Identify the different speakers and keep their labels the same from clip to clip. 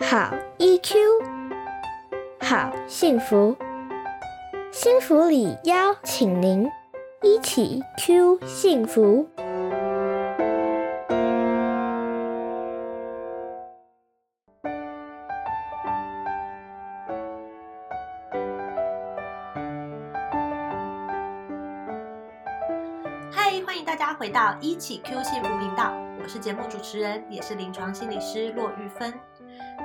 Speaker 1: 好
Speaker 2: EQ
Speaker 1: 好
Speaker 2: ，E 幸福，幸福里邀请您一起 Q 幸福。
Speaker 3: 嗨，欢迎大家回到一起 Q 幸福频道，我是节目主持人，也是临床心理师骆玉芬。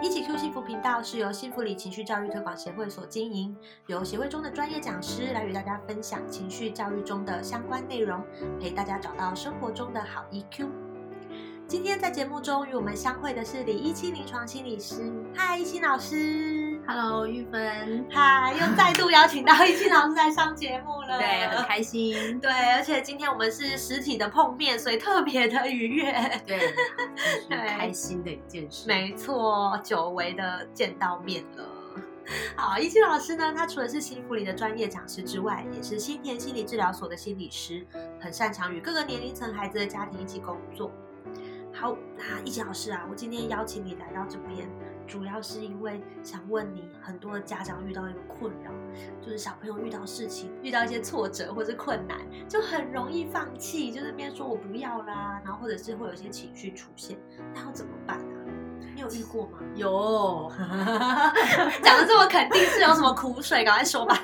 Speaker 3: 一起 Q 幸福频道是由幸福里情绪教育推广协会所经营，由协会中的专业讲师来与大家分享情绪教育中的相关内容，陪大家找到生活中的好 EQ。今天在节目中与我们相会的是李一清临床心理师，嗨，一清老师，
Speaker 4: Hello，玉芬，
Speaker 3: 嗨，又再度邀请到一清老师来上节目了，
Speaker 4: 对，很 开心，
Speaker 3: 对，而且今天我们是实体的碰面，所以特别的愉悦。
Speaker 4: 对，就是开心的一件事。
Speaker 3: 没错，久违的见到面了。 好，一清老师呢，他除了是新福林的专业讲师之外，也是新田心理治疗所的心理师，很擅长与各个年龄层孩子的家庭一起工作。好，那一清老师啊，我今天邀请你来到这边，主要是因为想问你，很多家长遇到一个困扰，就是小朋友遇到事情、遇到一些挫折或是困难，就很容易放弃，就是边说我不要啦，然后或者是会有一些情绪出现，那要怎么办啊？你有遇过吗？
Speaker 4: 有，
Speaker 3: 讲的这么肯定，是有什么苦水？赶快说吧。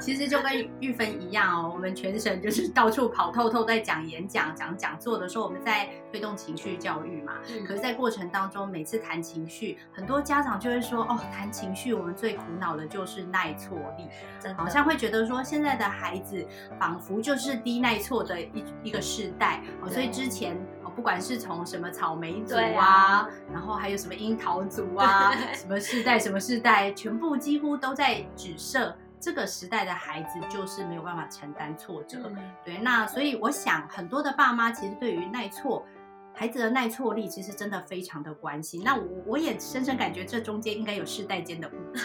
Speaker 4: 其实就跟玉芬一样哦，我们全省就是到处跑透透，在讲演讲、讲讲座的时候，我们在推动情绪教育嘛。可
Speaker 3: 可
Speaker 4: 是，在过程当中，每次谈情绪，很多家长就会说：“哦，谈情绪，我们最苦恼的就是耐挫力。”
Speaker 3: 真的
Speaker 4: 好像会觉得说现在的孩子仿佛就是低耐挫的一一个世代，哦所以之前哦不管是从什么草莓族
Speaker 3: 对
Speaker 4: 啊
Speaker 3: 啊，
Speaker 4: 然后还有什么樱桃族啊，什么世代什么世代，全部几乎都在指涉这个时代的孩子就是没有办法承担挫折。
Speaker 3: 嗯
Speaker 4: 对，那所以我想，很多的爸妈其实对于耐挫孩子的耐挫力，其实真的非常的关心。那我我也深深感觉这中间应该有世代间的误 解。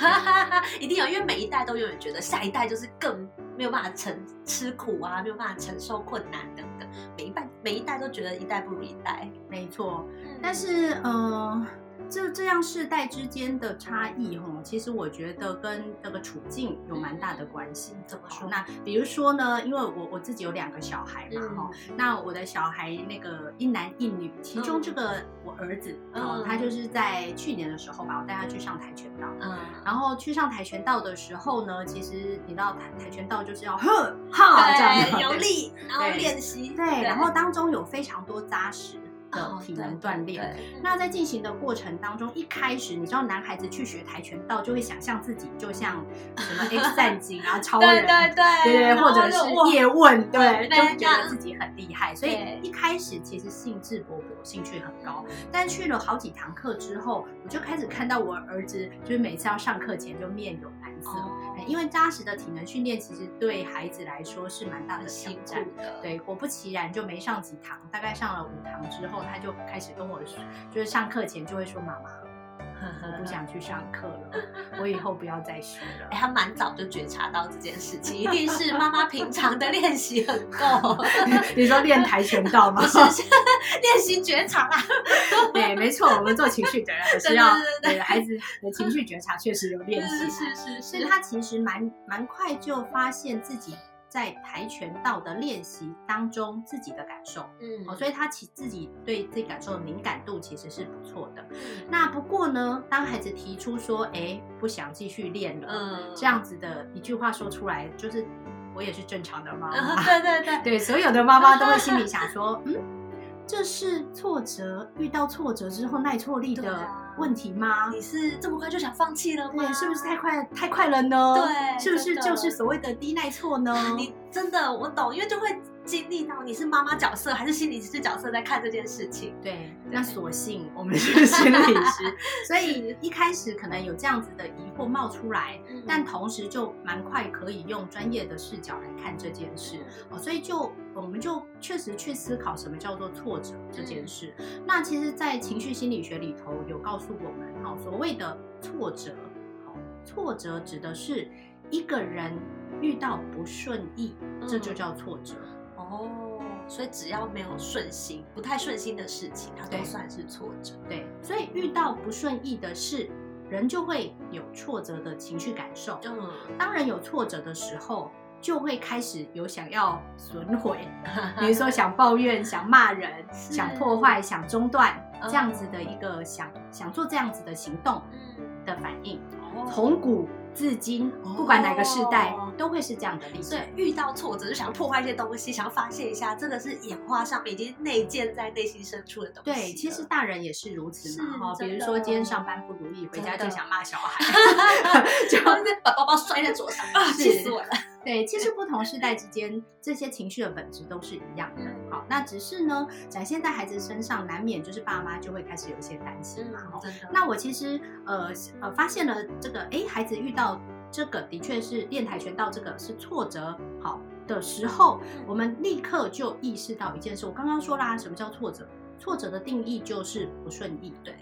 Speaker 3: 一定有，因为每一代都永远觉得下一代就是更没有办法承吃苦啊，没有办法承受困难等等。每一代每一代都觉得一代不如一代。
Speaker 4: 没错，但是，呃，这这样世代之间的差异，吼，其实我觉得跟那个处境有蛮大的关系。
Speaker 3: 嗯怎么
Speaker 4: 好
Speaker 3: 说？
Speaker 4: 那比如说呢，因为我我自己有两个小孩嘛，
Speaker 3: 嗯
Speaker 4: 哈、那我的小孩那个一男一女，其中这个我儿子，哦、
Speaker 3: 嗯
Speaker 4: 他就是在去年的时候吧，我带他去上跆拳道。
Speaker 3: 嗯，
Speaker 4: 然后去上跆拳道的时候呢，其实你知道跆跆拳道就是要呵哈这样子
Speaker 3: 对，有力，然后
Speaker 4: 对
Speaker 3: 练习，
Speaker 4: 对，然后当中有非常多扎实的
Speaker 3: 哦
Speaker 4: 体
Speaker 3: 对
Speaker 4: 能锻炼。
Speaker 3: 对嗯
Speaker 4: 那在进行的过程当中，一开始你知道男孩子去学跆拳道，就会想象自己就像什么 X 战警啊、超
Speaker 3: 对
Speaker 4: 人，
Speaker 3: 对对，
Speaker 4: 对对，
Speaker 3: 然后
Speaker 4: 或者
Speaker 3: 就是哇
Speaker 4: 叶问，对，
Speaker 3: 对
Speaker 4: 就会
Speaker 3: 这
Speaker 4: 觉
Speaker 3: 样
Speaker 4: 得自己很厉害，所以
Speaker 3: 对嗯
Speaker 4: 一开始其实兴致勃勃，兴趣很高。但去了好几堂课之后，我就开始看到我儿子，就是每次要上课前就面有难色，
Speaker 3: 哦
Speaker 4: 因为扎实的体能训练其实对孩子来说是蛮大的
Speaker 3: 很
Speaker 4: 挑
Speaker 3: 辛
Speaker 4: 战。
Speaker 3: 苦的，
Speaker 4: 对，果不其然就没上几堂，大概上了五堂之后，他就开始跟我说，就是上课前就会说：“妈妈，我不想去上课了，我以后不要再学了。
Speaker 3: 哎，他蛮早就觉察到这件事情，一定是妈妈平常的练习很够，
Speaker 4: 你说练跆拳道吗
Speaker 3: 不？是 是练习觉察啦。
Speaker 4: 对，没错，我们做情绪的人 还是
Speaker 3: 对
Speaker 4: 要
Speaker 3: 对对对
Speaker 4: 对孩子的情绪觉察确实有练习。啊
Speaker 3: 是是
Speaker 4: 所以他其实蛮蛮快就发现自己在跆拳道的练习当中自己的感受。
Speaker 3: 嗯
Speaker 4: 哦，所以他其自己对自己感受的敏感度其实是不错的。
Speaker 3: 嗯
Speaker 4: 那不过呢，当孩子提出说“哎，不想继续练了”
Speaker 3: 嗯
Speaker 4: 这样子的一句话说出来，就是我也是正常的妈
Speaker 3: 嗯，
Speaker 4: 妈。
Speaker 3: 对对对，
Speaker 4: 对，所有的妈妈都会心里想说：“嗯，这是挫折，遇到挫折之后耐挫力
Speaker 3: 对
Speaker 4: 的
Speaker 3: 啊
Speaker 4: 问题吗？”
Speaker 3: 你是这么快就想放弃了吗？
Speaker 4: 对，是不是太？快太快了呢？
Speaker 3: 对
Speaker 4: 是不
Speaker 3: 真
Speaker 4: 是
Speaker 3: 的
Speaker 4: 就是所谓的低耐挫 呢？
Speaker 3: 你真的我懂，因为就会经历到你是妈妈角色还是心理师角色在看这件事情。
Speaker 4: 对，那索性我们是心理师，所以一开始可能有这样子的疑惑冒出来，
Speaker 3: 嗯
Speaker 4: 但同时就蛮快可以用专业的视角来看这件事
Speaker 3: 嗯
Speaker 4: 哦，所以就我们就确实去思考什么叫做挫折这
Speaker 3: 嗯
Speaker 4: 件事。那其实，在情绪心理学里头有告诉我们，哈、所谓的挫折，好、挫折指的是一个人遇到不顺意，这就
Speaker 3: 嗯
Speaker 4: 叫挫折。
Speaker 3: 哦，所以只要没有顺心、不太顺心的事情，它都
Speaker 4: 对
Speaker 3: 算是挫折。
Speaker 4: 对，所以遇到不顺意的事，人就会有挫折的情绪感受。
Speaker 3: 嗯，
Speaker 4: 当人有挫折的时候，就会开始有想要损毁，比如说想抱怨、想骂人、
Speaker 3: 是
Speaker 4: 想破坏、想中断
Speaker 3: 嗯
Speaker 4: 这样子的一个想想做这样子的行动
Speaker 3: 嗯，
Speaker 4: 的反应。
Speaker 3: 哦
Speaker 4: 从古至今，不管哪个世代
Speaker 3: 哦，
Speaker 4: 都会是这样的例
Speaker 3: 所
Speaker 4: 子
Speaker 3: 以。遇到挫折就想破坏一些东西，想要发泄一下，这个是演化上面已经内建在内心深处的东西了。
Speaker 4: 对，其实大人也是如此嘛，
Speaker 3: 是
Speaker 4: 哈，比
Speaker 3: 真
Speaker 4: 如
Speaker 3: 的哦
Speaker 4: 说今天上班不如意，回家
Speaker 3: 真的
Speaker 4: 就想骂小 孩，
Speaker 3: 就是把包包摔在桌上，啊，
Speaker 4: 是
Speaker 3: 气死我了。
Speaker 4: 对，其实不同世代之间，这些情绪的本质都是一样的。
Speaker 3: 嗯
Speaker 4: 好，那只是呢，展现在孩子身上，难免就是爸妈就会开始有一些担心嘛。哦、
Speaker 3: 嗯真的
Speaker 4: 那我其实呃呃发现了这个，哎，孩子遇到这个的确是练跆拳道这个是挫折，好的时候，我们立刻就意识到一件事。我刚刚说啦，什么叫挫折？挫折的定义就是不顺意，对。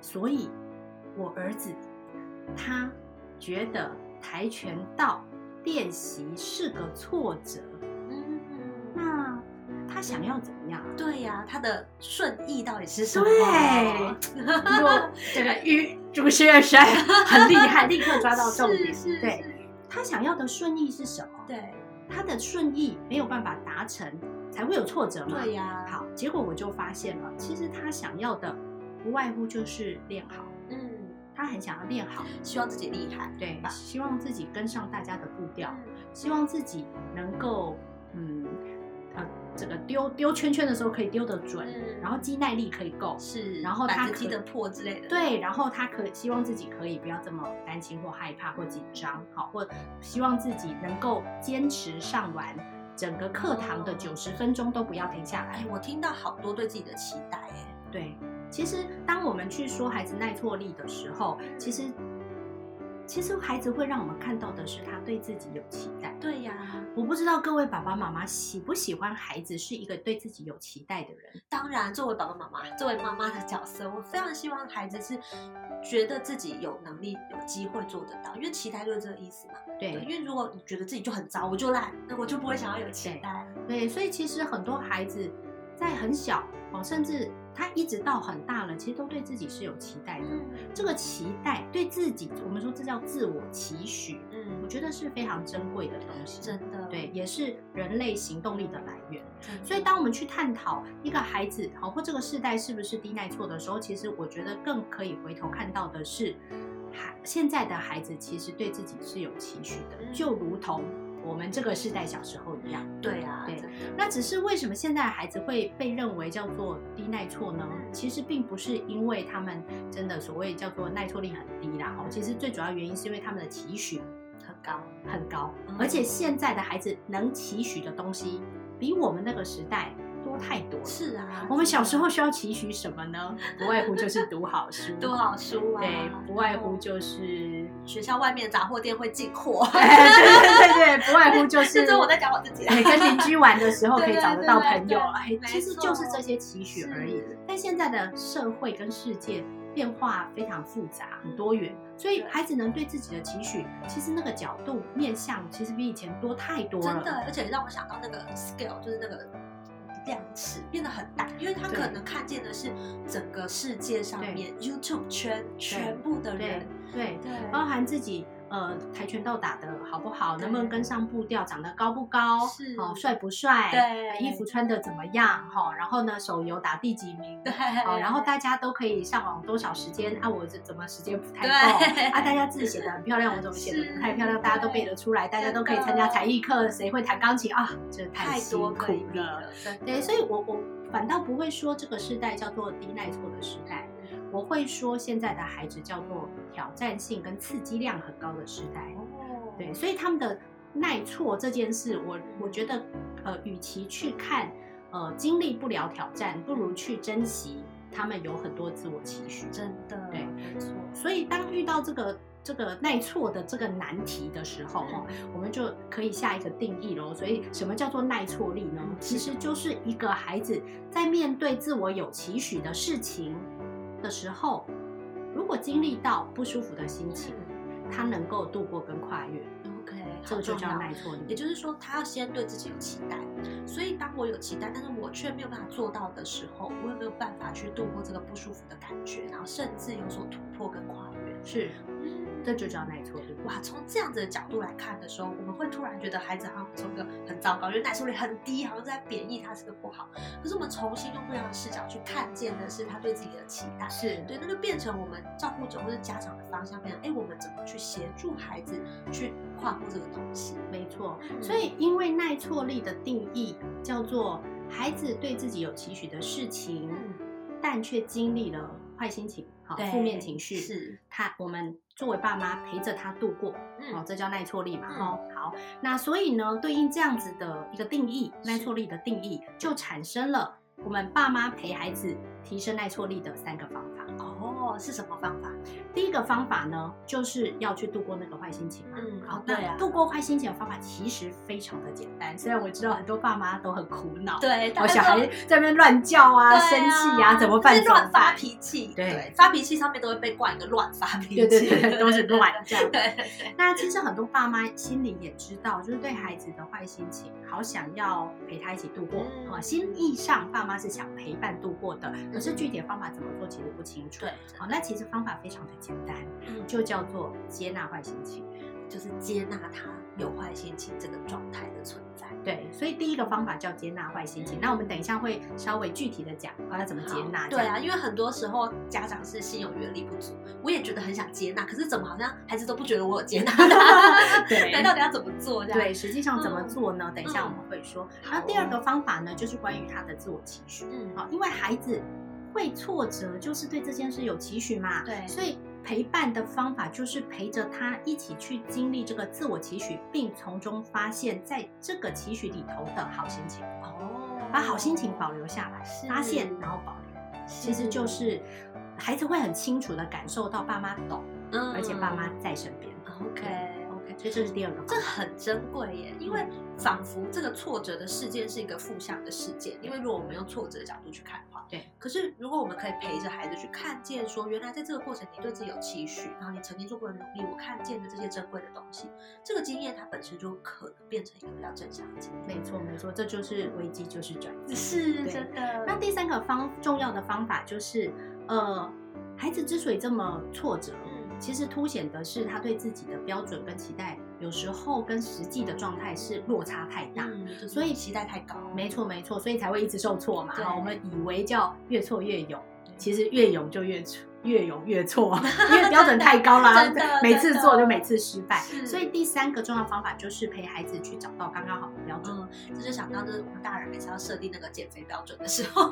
Speaker 4: 所以，我儿子他觉得跆拳道练习是个挫折，
Speaker 3: 嗯，
Speaker 4: 那他想要怎么样啊？
Speaker 3: 对呀、他的顺意到底是什么？
Speaker 4: 对， 若 这个与主持人实在很厉害，立刻抓到重点。
Speaker 3: 是是
Speaker 4: 对
Speaker 3: 是
Speaker 4: 他想要的顺意是什么？
Speaker 3: 对
Speaker 4: 他的顺意没有办法达成，才会有挫折嘛。
Speaker 3: 对呀、
Speaker 4: 好，结果我就发现了，其实他想要的不外乎就是练好，
Speaker 3: 嗯，
Speaker 4: 他很想要练好，
Speaker 3: 希望自己厉害。
Speaker 4: 对，希望自己跟上大家的步调，
Speaker 3: 嗯
Speaker 4: 希望自己能够，嗯，呃，这个丢丢圈圈的时候可以丢得准，
Speaker 3: 嗯
Speaker 4: 然后肌耐力可以够，
Speaker 3: 是，
Speaker 4: 然后他
Speaker 3: 板子
Speaker 4: 可
Speaker 3: 踢得破之类的。
Speaker 4: 对，然后他可希望自己可以不要这么担心或害怕或紧张，好，或希望自己能够坚持上完整个课堂的
Speaker 3: 哦
Speaker 4: 九十分钟都不要停下来
Speaker 3: 哎，。我听到好多对自己的期待，哎，
Speaker 4: 对，其实当我们去说孩子耐挫力的时候，其实其实孩子会让我们看到的是他对自己有期待。
Speaker 3: 对呀、
Speaker 4: 我不知道各位爸爸妈妈喜不喜欢孩子是一个对自己有期待的人。
Speaker 3: 当然，作为爸爸妈妈，作为妈妈的角色，我非常希望孩子是觉得自己有能力、有机会做得到，因为期待就是这个意思嘛。因
Speaker 4: 对
Speaker 3: 为如果你觉得自己就很糟，我就烂，那我就不会想要有期待。
Speaker 4: 对，所以其实很多孩子在很小哦，甚至他一直到很大了，其实都对自己是有期待的。
Speaker 3: 嗯
Speaker 4: 这个期待对自己，我们说这叫自我期许，我
Speaker 3: 嗯，
Speaker 4: 觉得是非常珍贵的东西。
Speaker 3: 真的，
Speaker 4: 对，也是人类行动力的来源。
Speaker 3: 真的，
Speaker 4: 所以，当我们去探讨一个孩子好或这个世代是不是低耐挫的时候，其实我觉得更可以回头看到的是，孩现在的孩子其实对自己是有期许的，
Speaker 3: 嗯
Speaker 4: 就如同我们这个世代小时候一样。
Speaker 3: 对啊，
Speaker 4: 对
Speaker 3: 真的
Speaker 4: 那只是为什么现在孩子会被认为叫做低耐挫呢？其实并不是因为他们真的所谓叫做耐挫力很低啦，哦，其实最主要原因是因为他们的期许
Speaker 3: 很高，
Speaker 4: 很高
Speaker 3: 嗯，
Speaker 4: 而且现在的孩子能期许的东西比我们那个时代多太多了。
Speaker 3: 是啊，
Speaker 4: 我们小时候需要期许什么呢？不外乎就是读 好书，
Speaker 3: 读好书啊，
Speaker 4: 对，不外乎
Speaker 3: 然
Speaker 4: 就是，
Speaker 3: 后学校外面的杂货店会进货，
Speaker 4: 对对对对，不外乎哎就是
Speaker 3: 哦这我在讲我自己，啊
Speaker 4: 你哎跟邻居玩的时候可以找得到
Speaker 3: 对对对
Speaker 4: 朋友
Speaker 3: 对
Speaker 4: 哎，
Speaker 3: 没
Speaker 4: 其实就是
Speaker 3: 错
Speaker 4: 这些 期许而已
Speaker 3: 是。
Speaker 4: 但现在的社会跟世界变化非常复杂，很多元，所
Speaker 3: 嗯
Speaker 4: 以
Speaker 3: 对
Speaker 4: 孩子能对自己的期许，其实那个角度面向其实比以前多太多了。
Speaker 3: 真的，而且让我想到那个 scale，就是那个量尺变得很大，因为他
Speaker 4: 对
Speaker 3: 可能看见的是整个世界上
Speaker 4: 对
Speaker 3: 面 YouTube 圈全部的
Speaker 4: 对哦
Speaker 3: 人，
Speaker 4: 对，
Speaker 3: 对，
Speaker 4: 包含自己呃跆拳道打得好不好，
Speaker 3: 对
Speaker 4: 能不能跟上步调，长得高不高，
Speaker 3: 是
Speaker 4: 哦帅不帅，
Speaker 3: 对
Speaker 4: 呃衣服穿得怎么样，哈、然后呢手游打第几名，
Speaker 3: 对，
Speaker 4: 哦，然后大家都可以上网多少时间啊？我这怎么时间不太
Speaker 3: 对
Speaker 4: 够啊？大家字写的很漂亮，我怎么写的不太漂亮？
Speaker 3: 是
Speaker 4: 大家都背得出来，大家都可以参加才艺课，谁会弹钢琴啊？这太
Speaker 3: 太
Speaker 4: 辛
Speaker 3: 多可以
Speaker 4: 苦
Speaker 3: 比
Speaker 4: 了。
Speaker 3: 了，真的
Speaker 4: 对，所以我我反倒不会说这个时代叫做低耐挫的时代，
Speaker 3: 嗯
Speaker 4: 我会说现在的孩子叫做挑战性跟刺激量很高的时代。
Speaker 3: 哦
Speaker 4: 对，所以他们的耐挫这件事，我我觉得，呃，与其去看，呃，经历不了挑战，不如去珍惜他们有很多自我期许。
Speaker 3: 真的，
Speaker 4: 对
Speaker 3: 没错，
Speaker 4: 所以当遇到这个这个耐挫的这个难题的时候，哦，我们就可以下一个定义喽。所以什么叫做耐挫力呢
Speaker 3: 嗯？
Speaker 4: 其实就是一个孩子在面对自我有期许的事情的时候，如果经历到不舒服的心情，他能够度过跟跨越。
Speaker 3: 嗯，OK，
Speaker 4: 这
Speaker 3: 好
Speaker 4: 个就
Speaker 3: 重
Speaker 4: 叫
Speaker 3: 要。
Speaker 4: 耐挫力。
Speaker 3: 也就是说，他要先对自己有期待，所以当我有期待，但是我却没有办法做到的时候，我有没有办法去度过这个不舒服的感觉，然后甚至有所突破跟跨越？
Speaker 4: 是，这就叫耐挫力。
Speaker 3: 哇，从这样子的角度来看的时候，我们会突然觉得孩子好像从一个很糟糕，就是耐受力很低，好像在贬义他是个不好。可是我们重新用不一样的视角去看见的是他对自己的期待，
Speaker 4: 是
Speaker 3: 对，那就变成我们照顾者或者家长的方向，变成哎，我们怎么去协助孩子去跨过这个东西？
Speaker 4: 没错。所以，因为耐挫力的定义叫做孩子对自己有期许的事情，但却经历了坏心情、好
Speaker 3: 对
Speaker 4: 负面情绪，
Speaker 3: 是，
Speaker 4: 他我们作为爸妈陪着他度过，哦
Speaker 3: 嗯，，
Speaker 4: 这叫耐挫力嘛，
Speaker 3: 嗯
Speaker 4: 哦，好，那所以呢，对应这样子的一个定义，
Speaker 3: 是
Speaker 4: 耐挫力的定义就产生了我们爸妈陪孩子提升耐挫力的三个方法。
Speaker 3: 哦，是什么方法？
Speaker 4: 第一个方法呢，就是要去度过那个坏心情嘛。
Speaker 3: 嗯
Speaker 4: 好，
Speaker 3: 对
Speaker 4: 那
Speaker 3: 啊，
Speaker 4: 度过坏心情的方法其实非常的简单，虽然我知道很多爸妈都很苦恼，
Speaker 3: 对，
Speaker 4: 我小孩在那边乱叫啊、
Speaker 3: 对
Speaker 4: 生气啊，怎么办？
Speaker 3: 就是
Speaker 4: 怎么
Speaker 3: 乱发
Speaker 4: 办？
Speaker 3: 脾气，
Speaker 4: 对
Speaker 3: 发脾气上面都会被冠一个乱发脾气，
Speaker 4: 对对 对，都是乱这样
Speaker 3: 对。对对，
Speaker 4: 那其实很多爸妈心里也知道，就是对孩子的坏心情，好想要陪他一起度过
Speaker 3: 嗯
Speaker 4: 啊、心意上爸妈是想陪伴度过的，可是
Speaker 3: 嗯
Speaker 4: 具体的方法怎么做其实不清楚。
Speaker 3: 对，
Speaker 4: 好、那其实方法非常的简单，
Speaker 3: 嗯
Speaker 4: 就叫做接纳坏心情。
Speaker 3: 就是接纳他有坏心情这个状态的存在。
Speaker 4: 对，所以第一个方法叫接纳坏心情。那我们等一下会稍微具体的讲啊，要怎么接纳。
Speaker 3: 对啊，， 因为很多时候家长是心有余而力不足，我也觉得很想接纳，可是怎么好像孩子都不觉得我有接纳 他？
Speaker 4: 对
Speaker 3: 那到底要怎么做？这样
Speaker 4: 对，，实际上怎么
Speaker 3: 啊嗯
Speaker 4: 做呢？等一下我
Speaker 3: 嗯
Speaker 4: 们会说。
Speaker 3: 好
Speaker 4: 那第二个方法呢，就是关于他的自我期许。
Speaker 3: 嗯，
Speaker 4: 好，因为孩子会挫折，就是对这件事有期许嘛。
Speaker 3: 对
Speaker 4: 所以陪伴的方法就是陪着他一起去经历这个自我期许，并从中发现在这个期许里头的好心情，
Speaker 3: 哦
Speaker 4: 把好心情保留下来，
Speaker 3: 是嗯
Speaker 4: 发现然后保留，其实就是孩子会很清楚的感受到爸妈懂，
Speaker 3: 嗯
Speaker 4: 而且爸妈在身边。
Speaker 3: OK。
Speaker 4: OK，所以这是第二个方
Speaker 3: 这
Speaker 4: 法。
Speaker 3: 很珍贵耶，因为
Speaker 4: 嗯
Speaker 3: 仿佛这个挫折的事件是一个负向的事件，因为如果我们用挫折的角度去看的话，
Speaker 4: 对。
Speaker 3: 可是如果我们可以陪着孩子去看见，说原来在这个过程你对自己有期许，然后你曾经做过的努力，我看见的这些珍贵的东西，这个经验它本身就可能变成一个比较正向的经
Speaker 4: 没错，没错，这就是危机就是转机。
Speaker 3: 验。是
Speaker 4: 对
Speaker 3: 真的，
Speaker 4: 那第三个方重要的方法就是，呃，孩子之所以这么挫折，
Speaker 3: 嗯
Speaker 4: 其实凸显的是他对自己的标准跟期待，有时候跟实际的状态是落差太大。
Speaker 3: 嗯，就是
Speaker 4: 所以
Speaker 3: 期待太高，
Speaker 4: 没错，没错，所以才会一直受挫嘛。
Speaker 3: 对
Speaker 4: 哈我们以为叫越挫越勇，其实越勇就越挫，越勇越 错，因为标准太高啦
Speaker 3: 真的，
Speaker 4: 每次
Speaker 3: 真的
Speaker 4: 做就每次失败。
Speaker 3: 是
Speaker 4: 所以第三个重要方法就是陪孩子去找到刚刚好的标准。
Speaker 3: 嗯，这就想到就是我们大人每次要设定那个减肥标准的时候。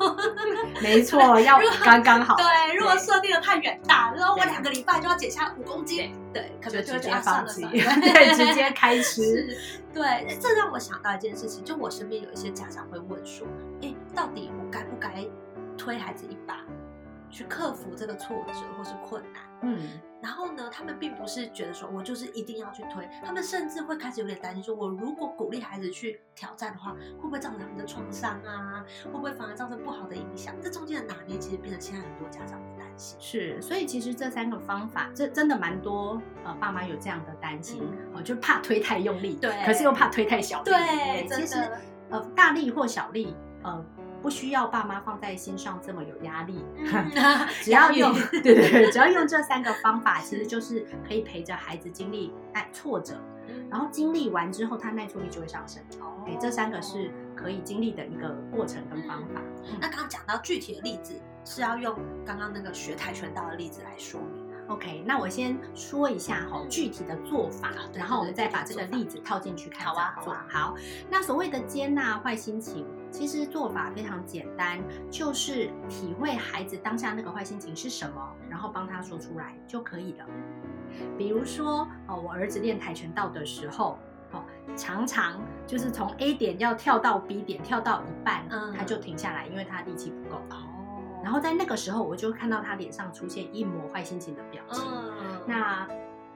Speaker 4: 没错，要
Speaker 3: 如果
Speaker 4: 刚刚好。
Speaker 3: 对，如果
Speaker 4: 对
Speaker 3: 设定的太远大，然后我
Speaker 4: 对
Speaker 3: 两个礼拜就要减下五公斤，对，可
Speaker 4: 就
Speaker 3: 能就
Speaker 4: 直
Speaker 3: 会
Speaker 4: 接
Speaker 3: 觉得啊算
Speaker 4: 放
Speaker 3: 了
Speaker 4: 弃，
Speaker 3: 算了，
Speaker 4: 对，直接开吃。
Speaker 3: 是，对，这让我想到一件事情，就我身边有一些家长会问说，哎，到底我该不该推孩子一把，去克服这个挫折或是困难？
Speaker 4: 嗯，
Speaker 3: 然后呢，他们并不是觉得说我就是一定要去推，他们甚至会开始有点担心，说我如果鼓励孩子去挑战的话，会不会造成他们的创伤啊？会不会反而造成不好的影响？这中间的拿捏，其实变成现在很多家长的担心。
Speaker 4: 是，所以其实这三个方法，这真的蛮多呃爸妈有这样的担心，哦，就怕推太用 力，
Speaker 3: 对
Speaker 4: 可是又怕推太小力，
Speaker 3: 对，
Speaker 4: 其
Speaker 3: 真
Speaker 4: 实
Speaker 3: 的，
Speaker 4: 呃大力或小力，呃不需要爸妈放在心上这么有压 力， 只要用 对对对，只要用这三个方法，其实就是可以陪着孩子经历耐挫折，然
Speaker 3: 后
Speaker 4: 后经历完之后，他耐挫力就会上升。
Speaker 3: 哦
Speaker 4: 对，这三个是可以经历的一个过程跟方法。
Speaker 3: 那刚刚讲到具体的例子，是要用刚刚那个学跆拳道的例子来说明啊。
Speaker 4: OK，那我先说一下哈、
Speaker 3: 嗯
Speaker 4: 具体的做法
Speaker 3: 好，对
Speaker 4: 然后我
Speaker 3: 对
Speaker 4: 们
Speaker 3: 对
Speaker 4: 再
Speaker 3: 具体
Speaker 4: 把
Speaker 3: 的
Speaker 4: 这
Speaker 3: 做
Speaker 4: 个
Speaker 3: 法
Speaker 4: 例子套进去看
Speaker 3: 好啊
Speaker 4: 怎么做
Speaker 3: 好啊
Speaker 4: 好，那所谓的接纳坏心情，其实做法非常简单，就是体会孩子当下那个坏心情是什么，然后帮他说出来就可以了。比如说，哦，我儿子练跆拳道的时候，哦，常常就是从 A 点要跳到 B 点，跳到一半，
Speaker 3: 嗯
Speaker 4: 他就停下来，因为他力气不够。
Speaker 3: 哦
Speaker 4: 然后在那个时候，我就看到他脸上出现一抹坏心情的表情。
Speaker 3: 嗯，
Speaker 4: 那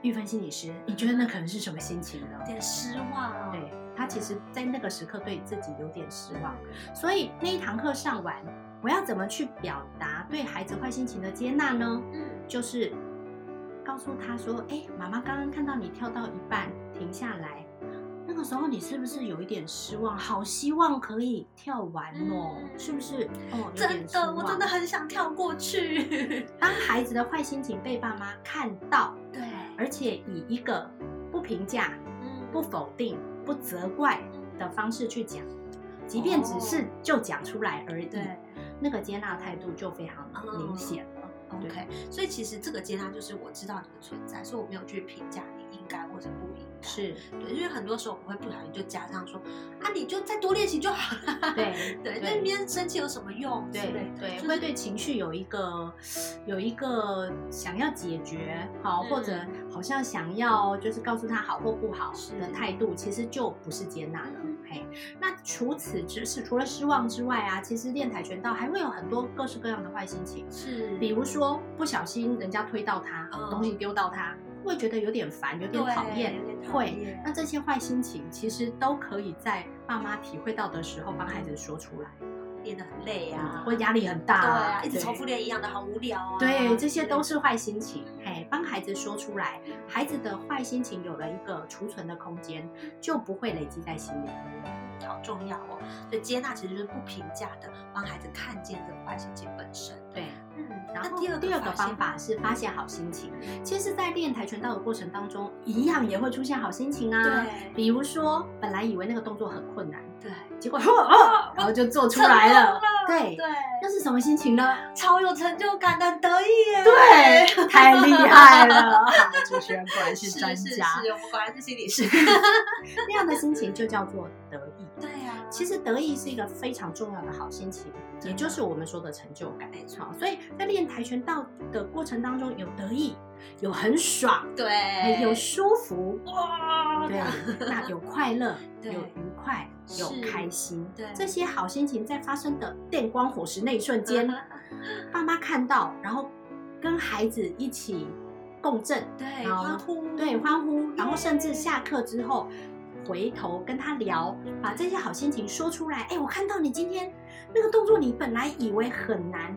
Speaker 4: 玉芬心理师，你觉得那可能是什么心情呢？
Speaker 3: 有点失望。哦
Speaker 4: 对，他其实在那个时刻对自己有点失望，所以那一堂课上完，我要怎么去表达对孩子坏心情的接纳呢？
Speaker 3: 嗯，
Speaker 4: 就是告诉他说：“哎、妈妈刚刚看到你跳到一半停下来，嗯，那个时候你是不是有一点失望？好希望可以跳完哦，
Speaker 3: 嗯
Speaker 4: 是不是？哦，有
Speaker 3: 真
Speaker 4: 点失
Speaker 3: 的，
Speaker 4: 望
Speaker 3: 我真的很想跳过去。
Speaker 4: 当孩子的坏心情被爸妈看到，
Speaker 3: 对，
Speaker 4: 而且以一个不评价、
Speaker 3: 嗯
Speaker 4: 不否定、不责怪的方式去讲，即便只是就讲出来而已，
Speaker 3: 哦对
Speaker 4: 那个接纳态度就非常明显了。
Speaker 3: ，OK。所以其实这个接纳就是我知道你的存在，所以我没有去评价你应该或者不应该。
Speaker 4: 是，
Speaker 3: 对，因为很多时候我们会不小心就加上说啊，你就再多练习就好了。
Speaker 4: 对
Speaker 3: 对，
Speaker 4: 对
Speaker 3: 那别人生气有什么用之类的？
Speaker 4: 对对，
Speaker 3: 就是
Speaker 4: 会对情绪有一个有一个想要解决，好、
Speaker 3: 嗯
Speaker 4: 或者好像想要就是告诉他好或不好
Speaker 3: 是嗯
Speaker 4: 的态度，其实就不是接纳了。嘿，那除此之是除了失望之外啊，其实练跆拳道还会有很多各式各样的坏心情，
Speaker 3: 是，
Speaker 4: 比如说不小心人家推到他，
Speaker 3: 嗯
Speaker 4: 东西丢到他，会觉得有点烦，有点
Speaker 3: 对
Speaker 4: 讨厌
Speaker 3: 有点，讨
Speaker 4: 会
Speaker 3: 厌。
Speaker 4: 那这些坏心情其实都可以在爸妈体会到的时候帮孩子说出来。
Speaker 3: 练得很累啊，
Speaker 4: 或嗯压力很大、
Speaker 3: 对啊，一直重
Speaker 4: 对
Speaker 3: 复练一样的，好无聊啊。
Speaker 4: 对，这些都
Speaker 3: 是
Speaker 4: 是坏心情。嘿，帮孩子说出来，孩子的坏心情有了一个储存的空间，就不会累积在心里。
Speaker 3: 好重要哦。所以接纳其实就是不评价的，帮孩子看见这个坏心情本身。
Speaker 4: 对，
Speaker 3: 嗯，
Speaker 4: 然
Speaker 3: 那
Speaker 4: 后
Speaker 3: 第二
Speaker 4: 第二个
Speaker 3: 发
Speaker 4: 方
Speaker 3: 现
Speaker 4: 法
Speaker 3: 呢
Speaker 4: 是发泄好心情。其实，在练跆拳道的过程当中，一样也会出现好心情啊。
Speaker 3: 对
Speaker 4: 比如说，本来以为那个动作很困难，
Speaker 3: 对，
Speaker 4: 结果哦，然后就做出来
Speaker 3: 成功
Speaker 4: 了
Speaker 3: 了。
Speaker 4: 对，
Speaker 3: 对，
Speaker 4: 那是什么心 情呢？
Speaker 3: 超有成就感的，很得意耶。
Speaker 4: 对，太厉害了！主持人果然
Speaker 3: 是
Speaker 4: 是专
Speaker 3: 是
Speaker 4: 家。
Speaker 3: 是，我们果然是心理师。
Speaker 4: 那样的心情就叫做得意。
Speaker 3: 对啊，
Speaker 4: 其
Speaker 3: 实
Speaker 4: 实得意是一个非常重要的好心情，
Speaker 3: 真的
Speaker 4: 也就是我们说的成就感。
Speaker 3: 没错
Speaker 4: 好，所以在练跆拳道的过程当中，有得意，有很爽，
Speaker 3: 对
Speaker 4: 有舒服，
Speaker 3: 哇
Speaker 4: 对，那有快乐，有
Speaker 3: 对
Speaker 4: 愉快，有
Speaker 3: 是
Speaker 4: 开心，
Speaker 3: 对
Speaker 4: 这些好心情在发生的电光火石那一瞬间，爸妈看到，然后跟孩子一起共振，
Speaker 3: 对
Speaker 4: 然后
Speaker 3: 欢呼
Speaker 4: 对欢呼，然后甚至下课之后回头跟他聊，把这些好心情说出来。哎，我看到你今天那个动作，你本来以为很难，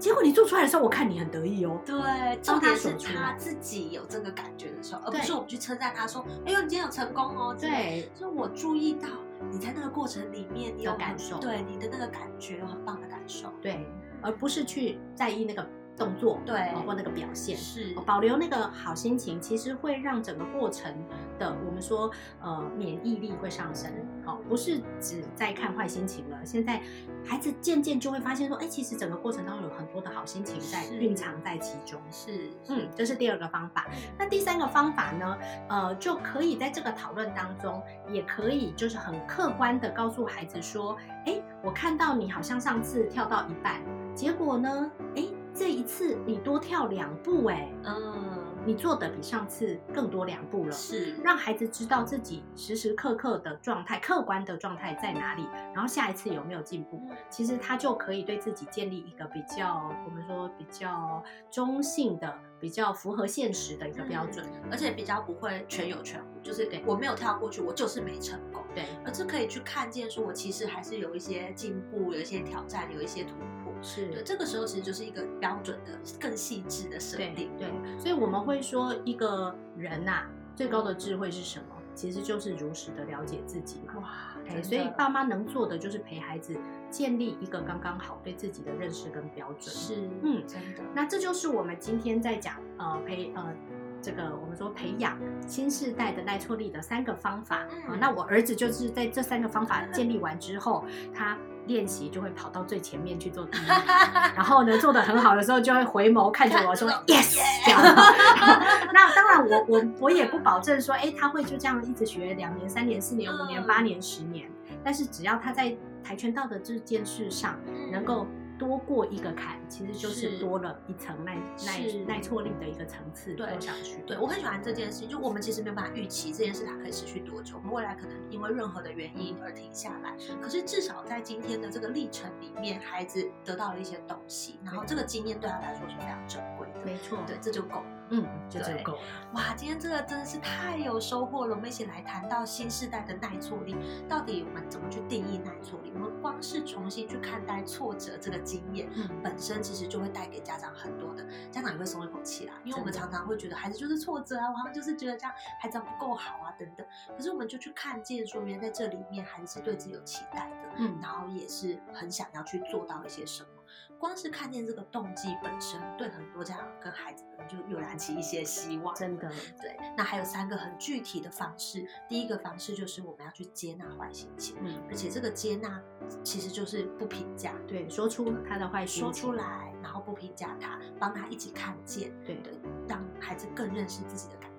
Speaker 4: 结果你做出来的时候，我看你很得意哦。
Speaker 3: 对，重
Speaker 4: 帮他
Speaker 3: 点
Speaker 4: 说
Speaker 3: 是
Speaker 4: 出
Speaker 3: 他
Speaker 4: 来
Speaker 3: 自己有这个感觉的时候，而不
Speaker 4: 对
Speaker 3: 是我们去称赞他说：“哎呦，你今天有成功哦。”，
Speaker 4: 对
Speaker 3: 就是我注意到你在那个过程里面，你
Speaker 4: 有
Speaker 3: 有
Speaker 4: 感
Speaker 3: 很
Speaker 4: 受
Speaker 3: 对你的那个感觉有很棒的感受。
Speaker 4: 对，而不是去在意那个动作，
Speaker 3: 对
Speaker 4: 哦或那个表现。
Speaker 3: 是
Speaker 4: 保留那个好心情，其实会让整个过程的我们说呃免疫力会上升。好、不是只在看坏心情了，现在孩子渐渐就会发现说，哎，其实整个过程当中有很多的好心情在
Speaker 3: 是
Speaker 4: 蕴藏在其中。
Speaker 3: 是，嗯
Speaker 4: 嗯，这是第二个方法。那第三个方法呢？呃，就可以在这个讨论当中，也可以就是很客观的告诉孩子说，哎，我看到你好像上次跳到一半，结果呢，哎，这一次你多跳两步，哎，
Speaker 3: 嗯，
Speaker 4: 你做的比上次更多两步了。
Speaker 3: 是
Speaker 4: 让孩子知道自己时时刻刻的状态、客观的状态在哪里，然后下一次有没有进步，
Speaker 3: 嗯
Speaker 4: 其实他就可以对自己建立一个比较，我们说比较中性的、比较符合现实的一个标准。
Speaker 3: 而且比较不会全有全无，就是
Speaker 4: 对
Speaker 3: 我没有跳过去，我就是没成功，
Speaker 4: 对，
Speaker 3: 而是可以去看见说我其实还是有一些进步，有一些挑战，有一些突破。对，
Speaker 4: 是，
Speaker 3: 这个时候其实就是一个标准的、更细致的设
Speaker 4: 对
Speaker 3: 定。
Speaker 4: 对，所以我们会说，一个人呐、最高的智慧是什么？其实就是如实的了解自己嘛。
Speaker 3: 哇，
Speaker 4: 哎，
Speaker 3: 真
Speaker 4: 所以
Speaker 3: 的
Speaker 4: 爸妈能做的就是陪孩子建立一个刚刚好对自己的认识跟标准。
Speaker 3: 是，
Speaker 4: 嗯
Speaker 3: 真的，
Speaker 4: 那这就是我们今天在讲呃培呃这个我们说培养新世代的耐挫力的三个方法啊、
Speaker 3: 嗯
Speaker 4: 那我儿子就是在这三个方法建立完之后，他练习就会跑到最前面去做 第一名，然后呢做的很好的时候就会回眸看着我说 yes 这样。那当然我我我也不保证说哎他会就这样一直学两年三年四年五年
Speaker 3: 嗯
Speaker 4: 八年十年，但是只要他在跆拳道的这件事上
Speaker 3: 嗯
Speaker 4: 能够多过一个坎，其实就是
Speaker 3: 是
Speaker 4: 多了一层耐
Speaker 3: 是
Speaker 4: 耐耐挫力的一个层次
Speaker 3: 对
Speaker 4: 都上去。
Speaker 3: 对我很喜欢这件事情，就我们其实没有办法预期这件事它可以持续多久，我们未来可能因为任何的原因而停下来。可是至少在今天的这个历程里面，孩子得到了一些东西，然后这个经验对他来说是非常珍贵的。
Speaker 4: 没错，
Speaker 3: 对，这就够了。
Speaker 4: 嗯，就这
Speaker 3: 对
Speaker 4: 就够了。
Speaker 3: 哇，今天这个真的是太有收获了！我们一起来谈到新时代的耐挫力，到底我们怎么去定义耐挫力？我们光是重新去看待挫折这个经验
Speaker 4: 嗯，
Speaker 3: 本身，其实就会带给家长很多的，家长也会松一口气啦。因为我们
Speaker 4: 真的
Speaker 3: 常常会觉得孩子就是挫折啊，我他们就是觉得这样孩子不够好啊等等。可是我们就去看见说，原来在这里面孩子是对自己有期待的，
Speaker 4: 嗯
Speaker 3: 然后也是很想要去做到一些什么。光是看见这个动机本身，对很多家长跟孩子们就又燃起一些希望。
Speaker 4: 真的，
Speaker 3: 对，那还有三个很具体的方式。第一个方式就是我们要去接纳坏心情，
Speaker 4: 嗯，
Speaker 3: 而且这个接纳其实就是不评价，
Speaker 4: 对，说出他的坏心
Speaker 3: 说
Speaker 4: 情，
Speaker 3: 出来，然后不评价他，帮他一起看见，
Speaker 4: 对
Speaker 3: 对，让孩子更认识自己的感觉。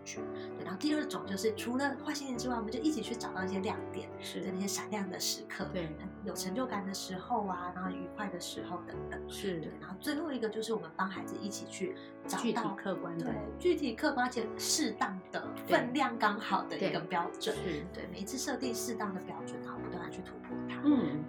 Speaker 3: 对，然后第二种就是除了坏心情之外，我们就一起去找到一些亮点，
Speaker 4: 是
Speaker 3: 对那些闪亮的时刻，
Speaker 4: 对，
Speaker 3: 有成就感的时候啊，然后愉快的时候等等。
Speaker 4: 是
Speaker 3: 对，然后最后一个就是我们帮孩子一起去找
Speaker 4: 具体
Speaker 3: 到
Speaker 4: 客观的
Speaker 3: 对，具体客观而且适当的
Speaker 4: 对
Speaker 3: 分量刚好的一个
Speaker 4: 对
Speaker 3: 标准。
Speaker 4: 是，
Speaker 3: 对，每一次设定适当的标准，然后不断的去突破它。
Speaker 4: 嗯，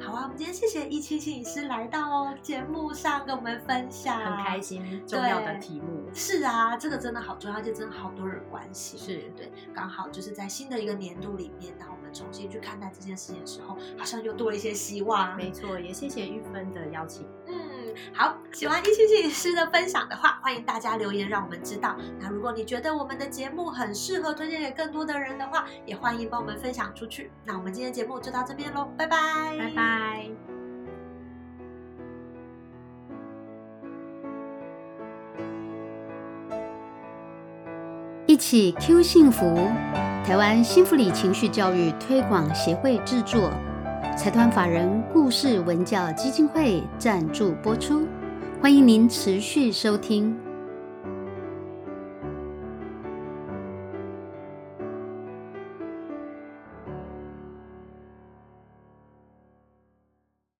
Speaker 3: 好啊，我们今天谢谢一七心理师来到哦节目上跟我们分享，
Speaker 4: 很开。心，重要的
Speaker 3: 啊对
Speaker 4: 题目
Speaker 3: 是啊，这个真的好重要，而且真的好多人关心。
Speaker 4: 是
Speaker 3: 对，刚好就是在新的一个年度里面，当我们重新去看待这件事情的时候，好像又多了一些希望。
Speaker 4: 没错，也谢谢玉芬的邀请，
Speaker 3: 嗯，好，喜欢一心心理师的分享的话，欢迎大家留言让我们知道。那如果你觉得我们的节目很适合推荐给更多的人的话，也欢迎帮我们分享出去。那我们今天节目就到这边喽，拜拜，
Speaker 4: 拜拜。
Speaker 5: 一起 Q 幸福，台湾幸福里情绪教育推广协会制作，财团法人故事文教基金会赞助播出，欢迎您持续收听。